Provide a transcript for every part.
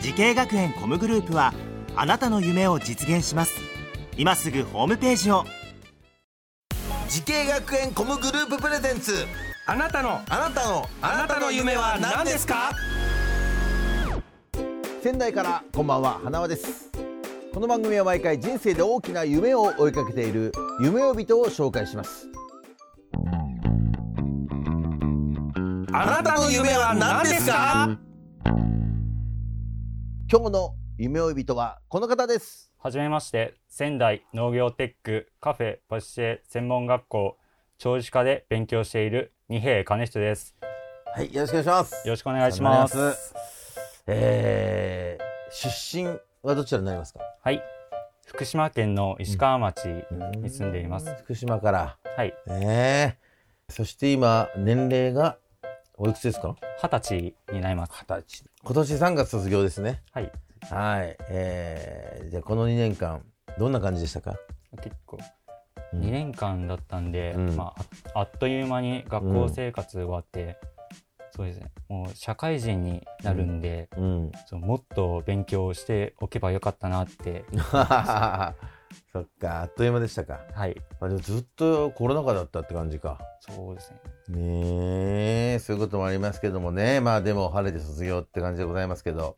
時系学園コムグループはあなたの夢を実現します今すぐホームページを時系学園コムグループプレゼンツあなたのあなたのあなたの夢は何ですか仙台からこんばんは花輪ですこの番組は毎回人生で大きな夢を追いかけている夢呼人を紹介しますあなたの夢は何ですか今日の夢呼人はこの方ですはじめまして、仙台農業テックカフェパティシエ専門学校長寿科で勉強している二平兼人です。はいよろしくお願いしますよろしくお願いします。お願いしえー、出身はどちらになりますかはい。福島県の石川町に住んでいます。福島からはい。えー、そして今年齢がおいくつですか二十歳になります。二十歳今年3月卒業ですねはい。はいえー、じゃあこの2年間どんな感じでしたか結構、うん2年間だったんで、うんまあ、ああっという間に学校生活終わって、そうですね。もう社会人になるんで、うん そうもっと勉強しておけばよかったなって、そっか、あっという間でしたか。はい。あでもずっとコロナ禍だったって感じか。そうですね。ねえ、そういうこともありますけどもね。まあでも晴れて卒業って感じでございますけど。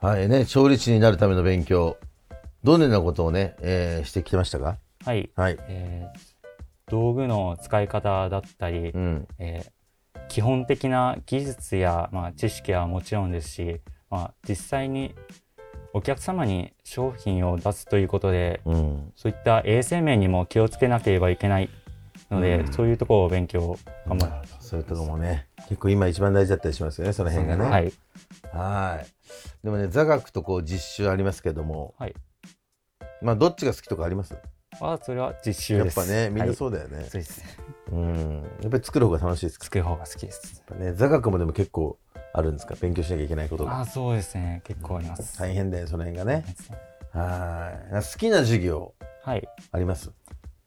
はいね、調理師になるための勉強。どのようなことをね、えーしてきてましたかはい。はい。えー道具の使い方だったり、うん。えー基本的な技術や、まあ、知識はもちろんですし、まあ、実際にお客様に商品を出すということでうん。そういった衛生面にも気をつけなければいけないので、そういうところを勉強頑張ってそういうとこもね、結構今一番大事だったりしますよね、その辺がね。はい、はい。でもね、座学とこう実習ありますけども、はい、まあどっちが好きとかありますあそれは実習やでっすぱね、みんなう、そうだよね。はいそうですねうん。やっぱり作る方が楽しいですか作る方が好きですやっぱね、座学もでも結構あるんですか勉強しなきゃいけないことが。あそうですね結構あります、大変だよ、その辺がねそう。ですねはい。好きな授業はいあります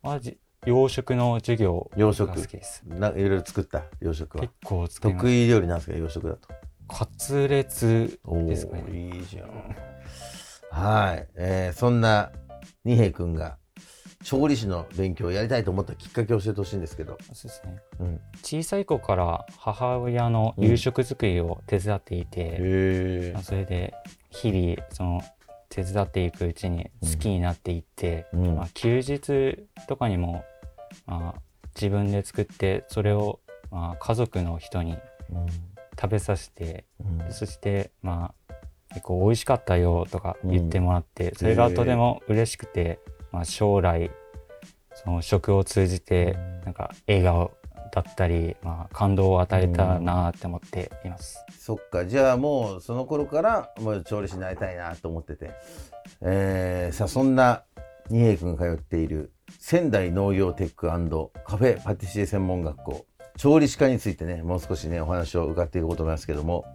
まあじ養殖の授業養殖が好きですないろいろ作った、洋食は結。構作ります得意料理なんですか、洋食だと。カツレツーですかねいいじゃん。はい。えーそんな、二平君が、調理師の勉強をやりたいと思ったきっかけを教えてほしいんですけど。そうですねうん。小さい子から母親の夕食作りを手伝っていて、へまあそれで日々その手伝っていくうちに好きになっていって、うんまあ、休日とかにも、まあ、自分で作ってそれを、まあ、家族の人に食べさせてうんそしてまあ結構美味しかったよとか言ってもらって、それがとても嬉しくて、まあ、将来その食を通じてなんか笑顔だったり、まあ、感動を与えたなって思っています。そっか、じゃあもうその頃からもう調理師になりたいなと思ってて。えー、さあそんな二平君が通っている仙台農業テックカフェパティシエ専門学校調理師科についてね、もう少しね、お話を伺っていこうと思いますけども、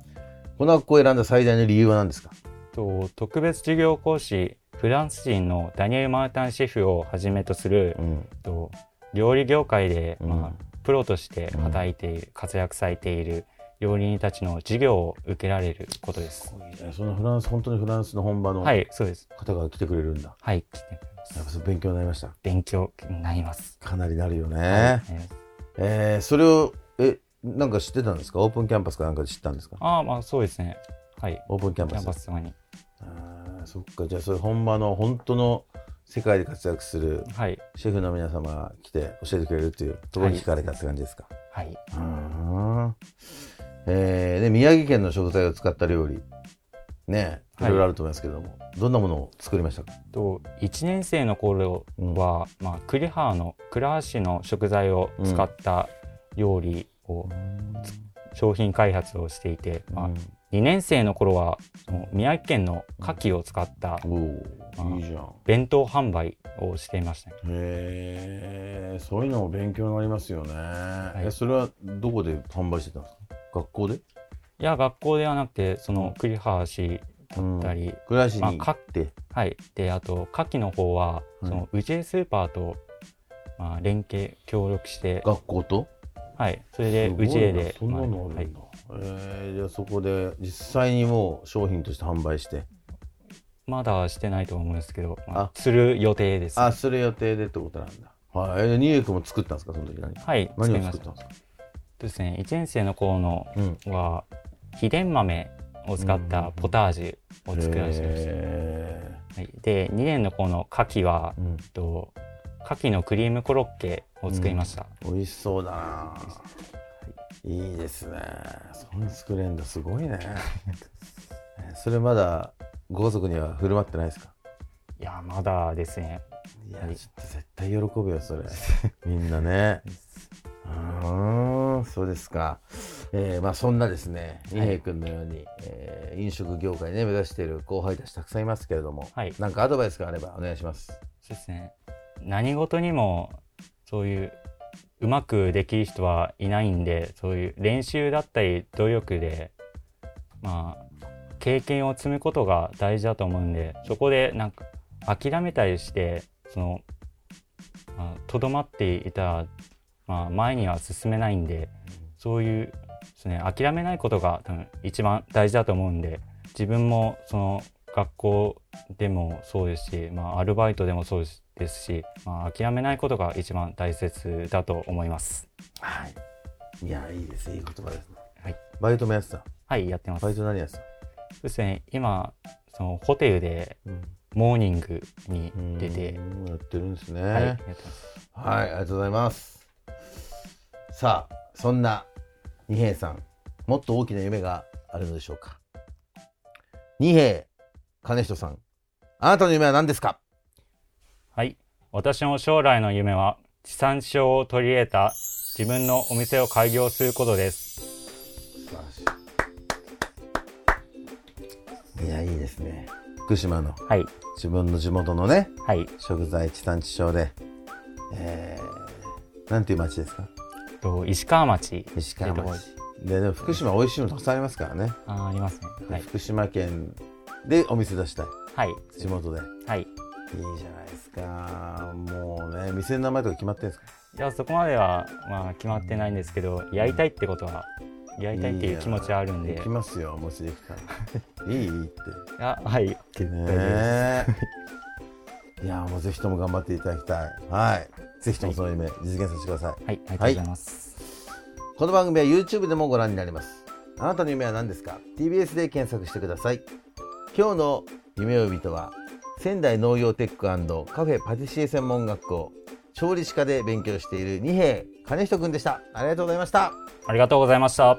この学校を選んだ最大の理由は何ですかと特別授業講師フランス人のダニエル・マルタンシェフをはじめとする、うん。と料理業界で、うんまあ、プロとして働いている、活躍されている料理人たちの授業を受けられることです。そのフランス、本当にフランスの本場のはい、そうです。方が来てくれるんだ。はい、来てますやっぱそれ勉強になりました。勉強になります。かなりなるよね。えーえー、それを、え、なんか知ってたんですかオープンキャンパスかなんかで知ったんですかああ、まあそうですね。はい。オープンキャンキパャンスパ。ス様に。あーそっかじゃあそれ本場の本当の世界で活躍するはい。シェフの皆様が来て教えてくれるっていうところに惹かれたって感じですか、はい。うーんえーで宮城県の食材を使った料理ねいはいろいろあると思いますけども、どんなものを作りましたかと1年生の頃は、まあ、栗原の倉橋の食材を使った料理を商品開発をしていて、まあ、2年生の頃はその宮城県の牡蠣を使ったおおいいじゃん弁当販売をしていましたね、へえそういうのも勉強になりますよね、いえそれはどこで販売してたんですか学校でいや学校ではなくてその栗原市だったり、倉橋まあに行かって、はいであと牡蠣の方はうんその宇治スーパーと、まあ、連携協力して、学校とはい、それですごい宇な治江でそんなのまああはるいんだ、えーじゃあそこで実際にもう商品として販売してまだしてないと思うんですけど、まああする予定です、あする予定でってことなんだはいえーニエ君も作ったんですかその時何はい作何りをま作しったたんですかですね1年生の頃のうんは秘伝豆を使ったポタージュを作らせてました、へはい、で2年の頃の牡蠣はーうんえっと牡蠣のクリームコロッケを作りました、美味しそうだな。いいですね。そんな作れんだすご いね。それまだご家族には振る舞ってないですか。いやまだですねいや、はいちょっと絶対喜ぶよそ れ。みんなね。うーん、そうですか。えーまあそんなですね、伊平君のように、えー飲食業界ね目指している後輩たちたくさんいますけれども、はいなんかアドバイスがあればお願いします。そうですね何事にもそういううまくできる人はいないんでそういう練習だったり努力でまあ経験を積むことが大事だと思うんでそこでなんか諦めたりしてそのまあとど、まっていたら、まあ、前には進めないんでそういうです、ね、諦めないことが多分一番大事だと思うんで自分もその学校でもそうですし、まあ、アルバイトでもそうですし、まあ、諦めないことが一番大切だと思いますはい。いやいいですいい言葉ですね。はい。バイトもやってた。はいやってますバイそト何やってた。うですね今そのホテルでモーニングに出て、うんやってるんですねははいい、やってますありがとうございますさあそんな二平さんもっと大きな夢があるのでしょうか二平金人さんあなたの夢は何ですかはい私の将来の夢は地産地消を取り入れた自分のお店を開業することですいやいいですね福島のはい自分の地元のねはい食材地産地消で、えー、なんていう町ですかと石川町石川ってとこ町ででも福島美味しいのたくさんありますからねあーありますねはい福島県でお店出したいはい地元ではいいいじゃないですかもうね店の名前とか決まってるんですかいやそこまでは、まあ、決まってないんですけどやりたいってことはやりたいっていう気持ちはあるんでいいきますよもしできた らいいいいっやはいてねえいやもうぜひとも頑張っていただきたいはいぜひともその夢、実現させてくださいはいありがとうございます、この番組は YouTube でもご覧になりますあなたの夢は何ですか TBS で検索してください今日の夢呼びとは仙台農業テックカフェパティシエ専門学校調理師科で勉強している二瓶金人くんでしたありがとうございましたありがとうございました